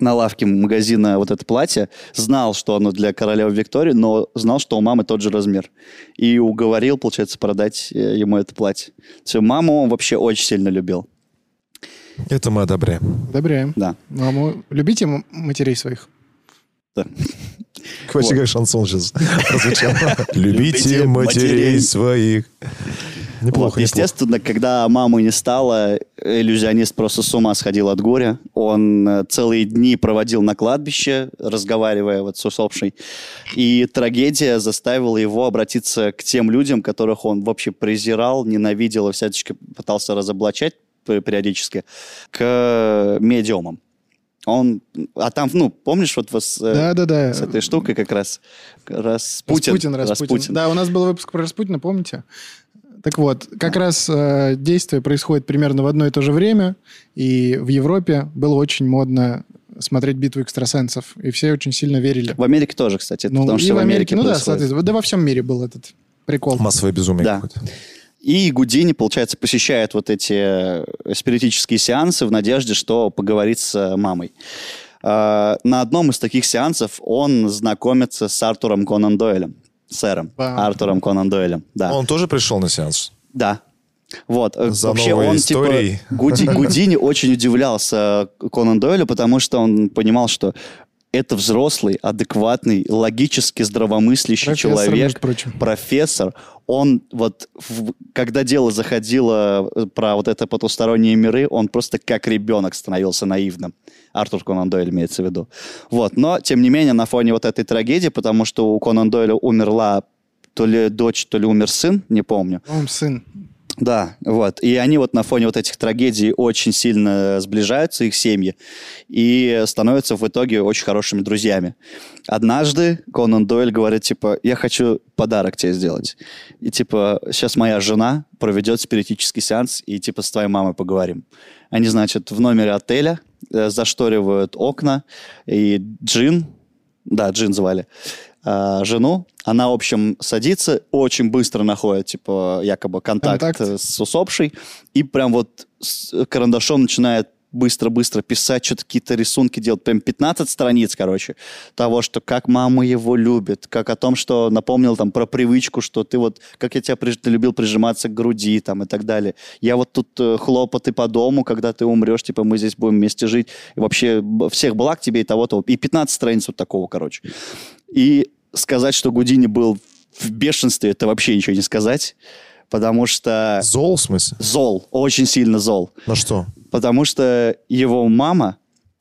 на лавке магазина вот это платье, знал, что оно для королевы Виктории, но знал, что у мамы тот же размер. И уговорил, получается, продать э, ему это платье. Всю маму он вообще очень сильно любил.
Это мы одобряем.
Одобряем.
Да.
Маму, любите м- матерей своих?
Короче, как шансон сейчас прозвучал. Любите
Любите матерей.
матерей своих.
Вот,
Неплохо, неплохо.
естественно, когда мамы не стало, иллюзионист просто с ума сходил от горя. Он э, целые дни проводил на кладбище, разговаривая вот с усопшей. И трагедия заставила его обратиться к тем людям, которых он вообще презирал, ненавидел и всячески пытался разоблачать п- периодически, к медиумам. Он, а там, ну, помнишь, вот вас, э,
Да-да-да.
с этой штукой как раз Распутин.
Распутин, Распутин. Да, у нас был выпуск про Распутина, помните? Так вот, как раз э, действие происходит примерно в одно и то же время, и в Европе было очень модно смотреть битву экстрасенсов, и все очень сильно верили.
В Америке тоже, кстати,
Ну,
потому
и
что
в Америке, ну да,
происходит.
соответственно, да во всем мире был этот прикол.
Массовое безумие
Да.
какое-то.
И Гудини, получается, посещает вот эти э, спиритические сеансы в надежде, что поговорит с э, мамой. Э, На одном из таких сеансов он знакомится с Артуром Конан Дойлем. Сэром.
Вау.
Артуром Конан Дойлем, да.
Он тоже пришел на сеанс?
Да. Вот. э,
За
Вообще
новой
он,
историей.
типа, Гуди- Гудини очень удивлялся э, Конан Дойлю, потому что он понимал, что это взрослый, адекватный, логически здравомыслящий
Профессор,
человек,
между прочим.
профессор, он вот, в- когда дело заходило э, про вот это потусторонние миры, он просто как ребенок становился наивным. Артур Конан Дойль имеется в виду. Вот, но, тем не менее, на фоне вот этой трагедии, потому что у Конан Дойля умерла то ли дочь, то ли умер сын, не помню.
По-моему, сын.
Да, вот. И они вот на фоне вот этих трагедий очень сильно сближаются, их семьи, и становятся в итоге очень хорошими друзьями. Однажды Конан Дойль говорит, типа, я хочу подарок тебе сделать. И типа, сейчас моя жена проведет спиритический сеанс, и типа с твоей мамой поговорим. Они, значит, в номере отеля э, зашторивают окна, и Джин, да, Джин звали, э, жену, она, в общем, садится, очень быстро находит, типа, якобы контакт,
Контакт.
э, с усопшей, и прям вот с карандашом начинает быстро-быстро писать, что-то какие-то рисунки делать. Прям 15 страниц, короче, того, что как мама его любит, как о том, что напомнил там про привычку, что ты вот, как я тебя приж- ты любил прижиматься к груди там и так далее. Я вот тут э, хлопоты по дому, когда ты умрешь, типа мы здесь будем вместе жить. И вообще б- всех благ тебе и того-того. И 15 страниц вот такого, короче. И сказать, что Гудини был в бешенстве, это вообще ничего не сказать, потому
А.
что
Зол, в смысле?
зол, очень сильно зол.
На что?
Потому что его мама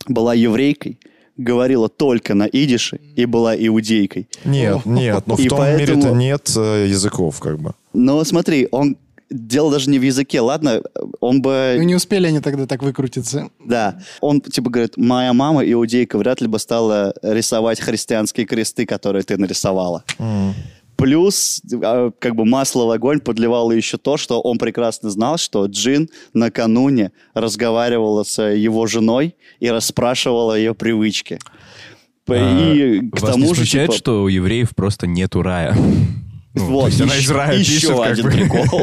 была еврейкой, говорила только на идише и была иудейкой.
Ну,
Нет, нет, но в
И
том
поэтому-
мире-то нет э, языков, как бы.
Но смотри, он дело даже не в языке, ладно, он
Ну,
бы,
не успели они тогда так выкрутиться.
да, он типа говорит, моя мама иудейка вряд ли бы стала рисовать христианские кресты, которые ты нарисовала.
М.
Плюс, э, как бы масло в огонь подливало еще то, что он прекрасно знал, что Джин накануне разговаривала с его женой и расспрашивала ее привычки. П-
А,
И к
А, Вас
тому
не
же...
смущает,
типа,
что у евреев просто нету рая? Ну,
вот,
то есть она
ещё-
из рая
еще
пишет, как
один
бы.
прикол.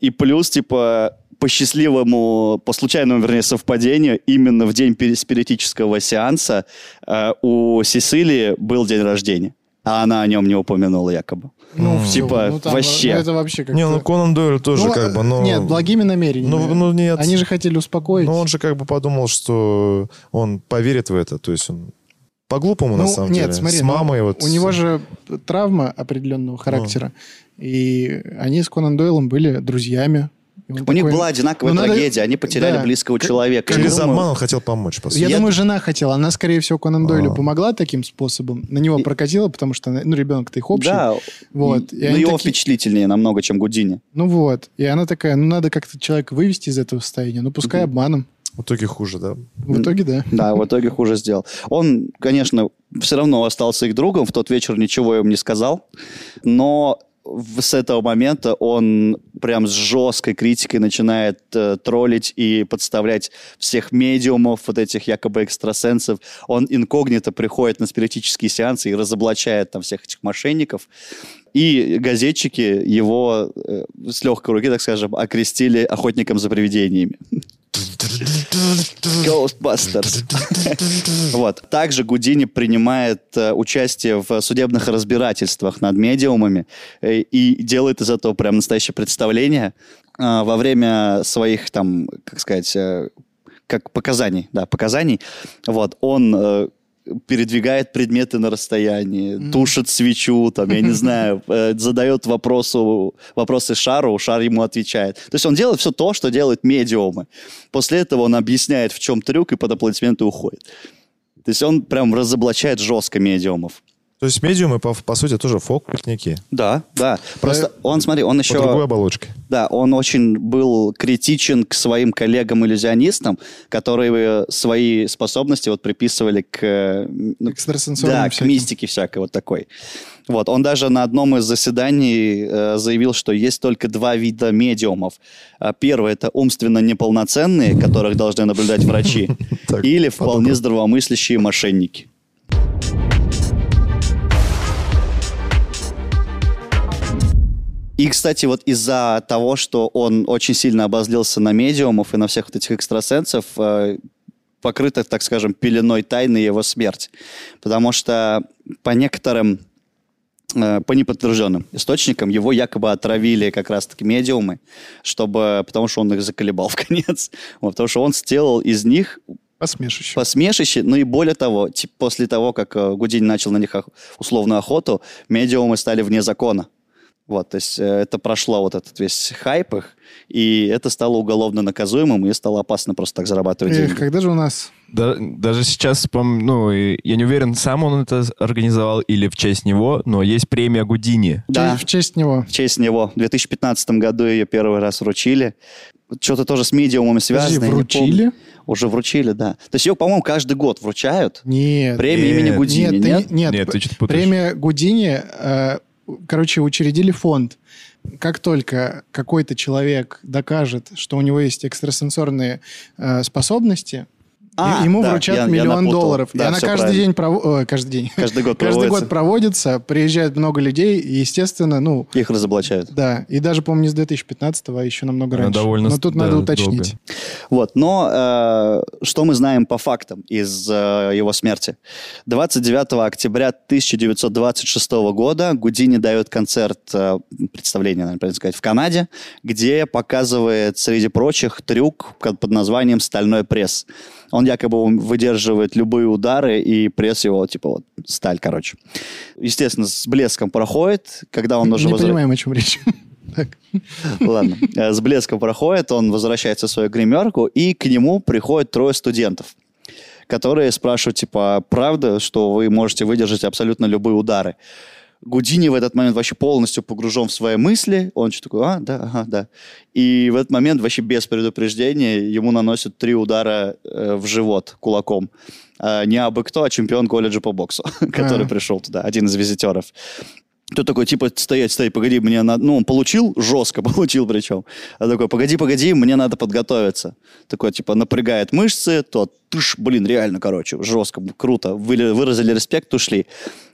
И плюс, типа, по счастливому, по случайному, вернее, совпадению, именно в день пери- спиритического сеанса э, у Сесилии был день рождения, а она о нем не упомянула якобы.
Ну,
М.
всё,
Типа,
ну, там,
вообще.
ну, это вообще как
Не, ну Конан Дойль тоже как бы, ну...
а, Нет, благими намерениями.
Ну, ну, нет.
Они же хотели успокоить.
Но он же как бы подумал, что он поверит в это, то есть он по-глупому на
Ну,
самом
нет,
деле.
смотри,
с Ну.
ну,
мамой вот.
У него же травма определенного характера. И они с Конан Дойлом были друзьями. И он
У них
такой,
была одинаковая
«Ну, надо-
трагедия, они потеряли
да,
близкого
к-
человека.
через
Я думаю,
обман он хотел помочь, по сути.
Я,
Я-
думаю, жена хотела. Она, скорее всего, Конан Дойлю
А.
помогла таким способом. На него
И-
прокатила, потому что, ну, ребенок-то их общий.
Да,
Вот.
и-
И
но
они
его
такие-
впечатлительнее намного, чем Гудини.
Ну вот. И она такая, ну, надо как-то человека вывести из этого состояния. Ну, пускай
Мгм.
обманом.
В итоге хуже, да.
В итоге, да.
Да, в итоге хуже сделал. Он, конечно, все равно остался их другом. В тот вечер ничего им не сказал. Но в- с этого момента он прям с жесткой критикой начинает э, троллить и подставлять всех медиумов, вот этих якобы экстрасенсов. Он инкогнито приходит на спиритические сеансы и разоблачает там всех этих мошенников. И газетчики его э, с легкой руки, так скажем, окрестили охотником за привидениями. Ghostbusters. Вот. Также Гудини принимает э, участие в судебных разбирательствах над медиумами э, и делает из этого прям настоящее представление А, во время своих там, как сказать, э, как показаний, да, показаний. Вот он э, передвигает предметы на расстоянии,
Мгм.
тушит свечу, там, я не знаю, э, задает вопросу, вопросы Шару, Шар ему отвечает. То есть он делает все то, что делают медиумы. После этого он объясняет, в чем трюк, и под аплодисменты уходит. То есть он прям разоблачает жестко медиумов.
То есть медиумы, по, по сути, тоже фокусники.
Да, Ну, да. Просто он, смотри, он
По другой
еще...
оболочке.
Да, он очень был критичен к своим коллегам-иллюзионистам, которые свои способности вот приписывали к э, ну,
Экстрасенсорным
Да, к
всяким.
мистике всякой вот такой. Вот, он даже на одном из заседаний э, заявил, что есть только два вида медиумов. А Первый – это умственно неполноценные, которых должны наблюдать врачи,
Так,
или вполне
подобно.
здравомыслящие мошенники. И, кстати, вот из-за того, что он очень сильно обозлился на медиумов и на всех вот этих экстрасенсов, э, покрыта, так скажем, пеленой тайны его смерть. Потому что по некоторым, э, по неподтвержденным источникам, его якобы отравили как раз-таки медиумы, чтобы, потому что он их заколебал в конец. Вот, потому что он сделал из них
Посмешище.
посмешище, ну и более того, ти- после того, как э, Гудини начал на них ох- условную охоту, медиумы стали вне закона. Вот, то есть э, это прошло вот этот весь хайп их, и это стало уголовно наказуемым, и стало опасно просто так зарабатывать
Эх,
деньги.
когда же у нас...
Да- даже сейчас, вспом- ну, и я не уверен, сам он это организовал или в честь него, но есть премия Гудини.
Да.
В честь него.
В честь него. В 2015 году ее первый раз вручили. Что-то тоже с медиумами связано.
Подожди,
я не
вручили?
помню. Уже вручили, да. То есть ее, по-моему, каждый год вручают.
Нет.
Премия имени
Нет,
Гудини,
нет, ты
нет?
не- нет,
Нет, ты что-то путаешь.
премия Гудини, э, короче, учредили фонд. Как только какой-то человек докажет, что у него есть экстрасенсорные э, способности,
А,
и- ему
да,
вручат
я- я
миллион
напутал.
долларов.
Да,
и она
всё
каждый
правильно.
день прово- ой, каждый день.
Каждый год
Каждый
проводится.
год проводится, приезжает много людей, и, естественно, ну,
Их разоблачают.
да. И даже, по-моему, не с 2015 а еще намного
Она
раньше.
довольно
Но
с-
тут
да,
надо уточнить.
долго.
Вот, но э, что мы знаем по фактам из э, его смерти? 29 октября 1926 года Гудини дает концерт, э, представление, наверное, правильно сказать, в Канаде, где показывает, среди прочих, трюк ко- под названием «Стальной пресс». Он якобы выдерживает любые удары, и пресс его, типа, вот, сталь, короче. Естественно, с блеском проходит, когда он уже...
не
возвра-
понимаем, о чем речь. Так.
Ладно. Э, С блеском проходит, он возвращается в свою гримерку, и к нему приходят трое студентов, которые спрашивают, типа, «А правда, что вы можете выдержать абсолютно любые удары? Гудини в этот момент вообще полностью погружен в свои мысли. Он что такой, а, да, ага, да. И в этот момент вообще без предупреждения ему наносят три удара э, в живот кулаком. Э, не абы кто, а чемпион колледжа по боксу, который
А.
пришел туда, один из визитеров. Тот такой, типа, стоять, стоять, погоди, мне надо... Ну, он получил, жестко получил причем. А такой, погоди, погоди, мне надо подготовиться. Такой, типа, напрягает мышцы, тот, тыш, блин, реально, короче, жестко, круто. Выли- Выразили респект, ушли.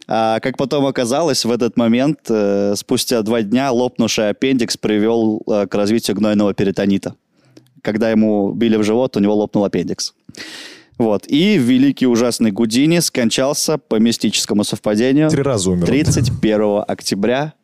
А как потом оказалось, в этот момент, э, спустя два дня, лопнувший аппендикс привел э, к развитию гнойного перитонита. Когда ему били в живот, у него лопнул аппендикс. Вот. И великий ужасный Гудини скончался по мистическому совпадению.
Три раза умер. он.
31 октября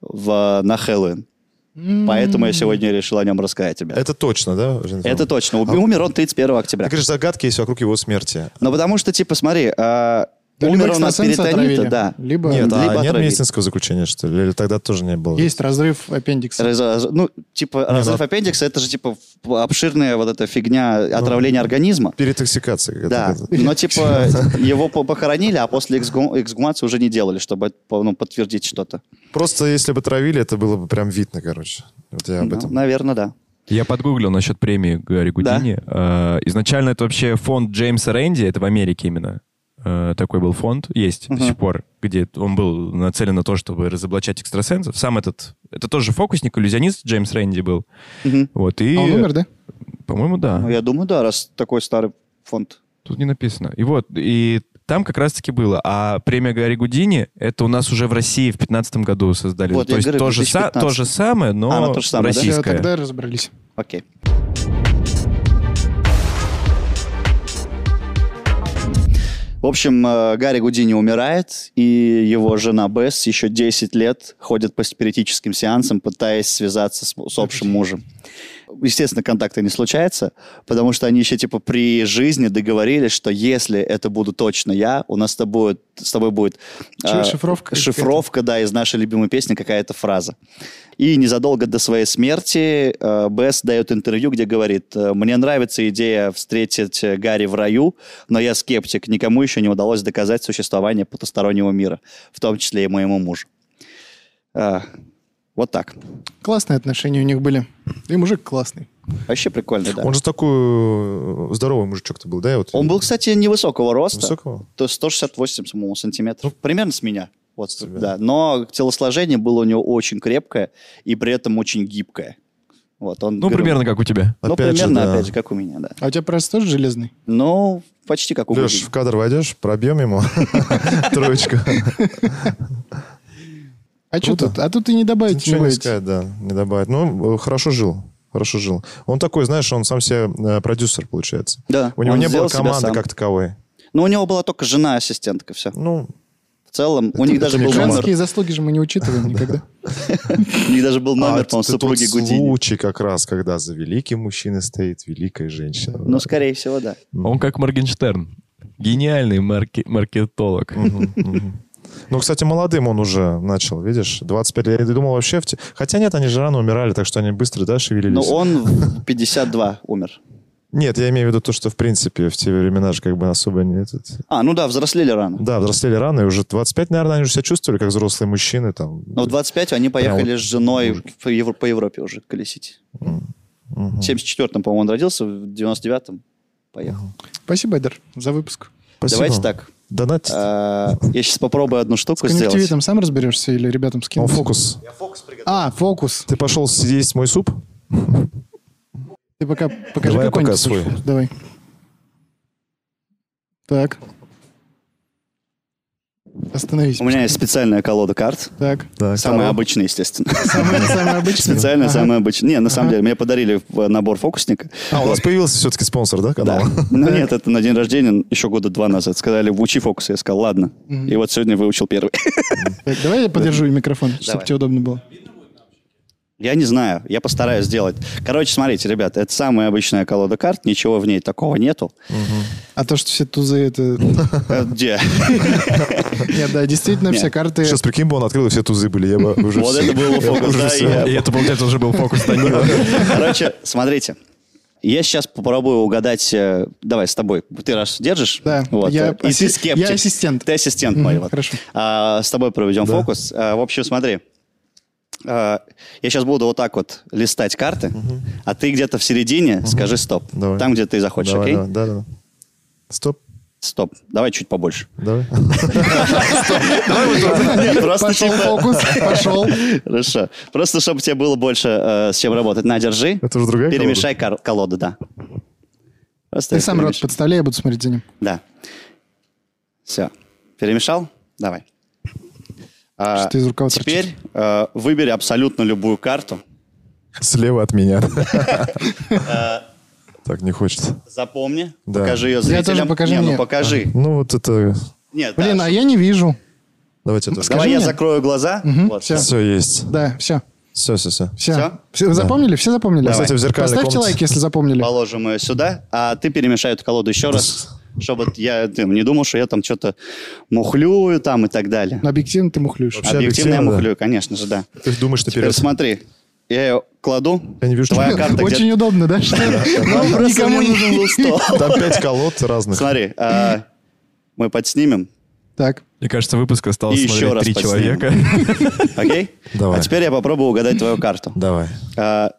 в, на Хэллоуин. Поэтому я сегодня решил о нем рассказать тебе. Это,
Это точно, да? Жень?
точно.
А
Уби- Умер он 31 октября.
Ты говоришь, загадки есть вокруг его смерти.
Ну, потому что, типа, смотри, а,
Да, Ну, либо
умер он от
экстрасенса
перитонита,
отравили,
да.
Либо
Нет, а
либо
нет
отравили.
медицинского заключения, что ли? Или тогда тоже не было?
есть разрыв аппендикса.
Раз- раз- ну, типа, разрыв аппендикса, это же, типа, в- обширная вот эта фигня
Ну.
отравления организма.
Перетоксикация.
Да,
какая-то.
но типа его по- похоронили, а после эксгу- эксгумации уже не делали, чтобы ну, подтвердить что-то.
Просто если бы травили, это было бы прям видно, короче. Вот я об этом.
Наверное, Ну, да.
Я подгуглил насчет премии Гарри Гудини. Э, Изначально это вообще фонд Джеймса Рэнди, это в Америке именно. э, Такой был фонд, есть до
Мгм.
сих пор, где он был нацелен на то, чтобы разоблачать экстрасенсов. Сам этот, это тоже фокусник, иллюзионист Джеймс Рэнди был.
Мгм.
Вот, и,
А он умер, да?
по-моему, да.
Ну, я думаю, да, раз такой старый фонд.
Тут не написано. И вот, и там как раз-таки было. А премия Гарри Гудини, это у нас уже в России в 2015 году создали.
Вот,
то
я
есть
говорю,
то же, са-
2015.
то же самое, но
А, она то же самое, да?
Всё,
российское.
Тогда разобрались.
Окей. В общем, э, Гарри Гудини умирает, и его жена Бесс еще 10 лет ходит по спиритическим сеансам, пытаясь связаться с, с общим мужем. Естественно, контакта не случается, потому что они еще типа при жизни договорились, что если это буду точно я, у нас с тобой, с тобой будет
Чё,
э,
шифровка какая-то?
шифровка, да, из нашей любимой песни какая-то фраза. И незадолго до своей смерти э, Бесс дает интервью, где говорит, э, мне нравится идея встретить э, Гарри в раю, но я скептик, никому еще не удалось доказать существование потустороннего мира, в том числе и моему мужу. Э, Вот так.
Классные отношения у них были. И мужик классный.
Вообще прикольно, да.
Он же такой э, здоровый мужичок-то был, да? и Вот
Он был, кстати, невысокого роста,
высокого.
то есть 168 самому сантиметров, примерно с меня. Вот,
Ну, тебя.
да. Но телосложение было у него очень крепкое и при этом очень гибкое. Вот, он,
Ну,
говорю,
примерно как у тебя.
Ну,
Опять же,
примерно,
да.
опять же, как у меня, да.
А у тебя пресс тоже железный?
Ну, почти как у
Леш,
Гудини.
в кадр войдешь, пробьем ему троечку.
А что
Круто.
тут? А тут и не добавить, не
Ничего не
убавить.
сказать, да, не добавить. Ну, э, хорошо жил, хорошо жил. Он такой, знаешь, он сам себе э, продюсер, получается.
Да,
У него
он
не было
сделал себя
команды
сам.
как таковой.
Ну, у него была только жена-ассистентка, все.
Ну,
В целом, у них
это
даже
не
был номер,
Женские заслуги же мы не учитываем никогда.
у них даже был
а
номер,
это
по-моему,
тот
супруги Гудини.
случай как раз, когда за великим мужчиной стоит великая женщина.
Ну, скорее всего, да.
Он как Моргенштерн. Гениальный марке- маркетолог.
Мгм, мгм. Ну, кстати, молодым он уже начал, видишь, 25 лет. Я думал, вообще... в те- Хотя нет, они же рано умирали, так что они быстро, да, шевелились.
Но он в 52 умер.
Нет, я имею в виду то, что, в принципе, в те времена же как бы особо не этот...
А, ну да, взрослели рано.
Да, взрослели рано, и уже 25, наверное, они уже себя чувствовали, как взрослые мужчины там.
Но в 25 они поехали
вот
с женой по, Евро- по Европе уже колесить. В 74-м, по-моему, он родился, в 99-м поехал.
Спасибо, Эдер, за выпуск.
Спасибо.
Давайте так.
Донатить.
а, я сейчас попробую одну штуку сделать.
Конъюнктивитом сам разберешься или ребятам
О,
Ну,
скинуть?
фокус.
А, фокус.
Ты пошел съесть мой суп?
Ты пока покажи
Давай я пока
какой-нибудь.
свой.
фокус. Давай. Так. Остановись.
У меня есть специальная колода карт.
Так.
Да,
Самая обычная, естественно.
Самое, самое обычное.
Специально
Ага.
самое обычное. Не, на самом деле, мне подарили э, набор фокусника.
А, у нас появился все-таки спонсор, да, канала?
Да. Ну нет, это на день рождения еще года два назад. Сказали, учи фокусы. Я сказал, ладно. И вот сегодня выучил первый.
Так, давай я подержу микрофон, чтобы
Давай.
тебе удобно было.
Я не знаю, я постараюсь сделать. Короче, смотрите, ребята, это самая обычная колода карт, ничего в ней такого нету.
А то, что все тузы, это...
Э, Где?
Нет, да, действительно,
Нет.
все карты...
Сейчас прикинь бы, он открыл, и все тузы были. Я бы уже
Вот
всё-
это был
я бы
фокус,
уже
да,
всё.
я-
И это, получается, уже был фокус Данила.
Короче, смотрите. Я сейчас попробую угадать... э, Давай, с тобой. Ты раз держишь?
Да,
Вот.
я
э, И ты
асси-
скептик.
я ассистент.
Ты ассистент
Мгм,
мой. вот.
хорошо.
А, с тобой проведем
Да.
фокус. А, в общем, смотри. А, я сейчас буду вот так вот листать карты, а ты где-то в середине скажи «стоп».
Давай.
Там, где ты захочешь,
Давай,
окей?
давай, да, да. Стоп.
Стоп. Давай чуть побольше.
Давай.
Нет, просто
Пошел
типа-
фокус, пошел.
Хорошо. Просто, чтобы тебе было больше э, с чем работать. На, держи.
Это уже другая колода?
Перемешай кор- колоду, да. Просто
Ты сам рот
перемеш-
подставляй, я буду смотреть за ним.
Да. Все. Перемешал? Давай. А,
Что-то из рукава торчит.
теперь э, выбери абсолютно любую карту.
Слева от меня.
А.
Так не хочется.
Запомни.
Да.
Покажи ее
Я
зрителям.
тоже покажи
Не, ну
мне.
покажи.
Ну вот это...
Нет, да,
Блин, а
чтоб-
я не вижу.
Давайте это.
Давай
скажи
я
мне.
закрою глаза.
Мгм,
Вот.
всё.
Все есть.
Да, все,
Все, все, все.
все.
Всё?
Запомнили? Все запомнили?
Давай. Кстати, в зеркальной
Поставьте
комнате.
лайк, если запомнили.
Положим ее сюда, а ты перемешай эту колоду еще раз, чтобы я ты, не думал, что я там что-то мухлюю там и так далее.
Но Объективно ты мухлюешь.
Вообще
Объективно я
объективно, да.
мухлюю, конечно же, да.
Ты думаешь
Теперь
наперед.
смотри, я ее кладу.
Я не вижу,
Твоя
что-
карта где-то-
Очень удобно, да? что
Вам просто
Никому
не нужен был стол.
Там пять колод разных.
Смотри, а, мы подснимем,
Так,
Мне кажется, выпуск осталось
И еще
смотреть
раз
три
подснимем.
человека.
окей?
Давай.
А теперь я попробую угадать твою карту.
Давай.
А,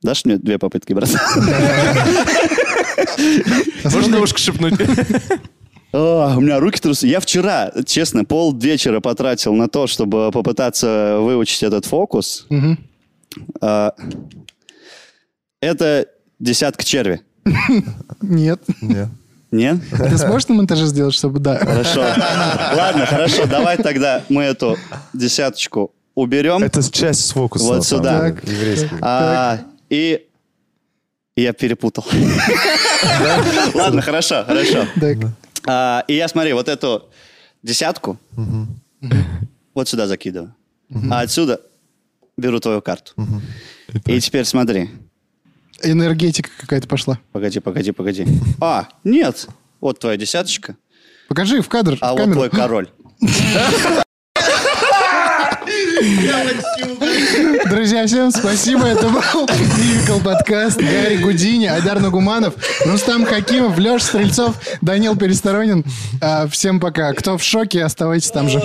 Дашь мне две попытки, брат?
Можно ушко шепнуть?
А, у меня руки трусят. Я вчера, честно, полдвечера потратил на то, чтобы попытаться выучить этот фокус.
мгм.
А, это десятка черви.
нет.
Не.
Нет?
Ты сможешь на монтаже сделать, чтобы да?
Хорошо. Ладно, хорошо, давай тогда мы эту десяточку уберем.
Это часть с фокуса.
Вот
на самом
сюда.
деле, еврейского.
А, и я перепутал. Ладно, хорошо, хорошо.
Так.
А, И я смотри, вот эту десятку вот сюда закидываю. А отсюда беру твою карту. И теперь смотри.
Энергетика какая-то пошла.
Погоди, погоди, погоди. А, нет. Вот твоя десяточка,
Покажи в кадр,
а
в
вот
камеру.
твой король.
Друзья, всем спасибо. Это был Мюзикл подкаст Гарри Гудини, Айдар Нагуманов, Рустам Хакимов, Леш Стрельцов, Данил Пересторонин. А, Всем пока. Кто в шоке, оставайтесь там же.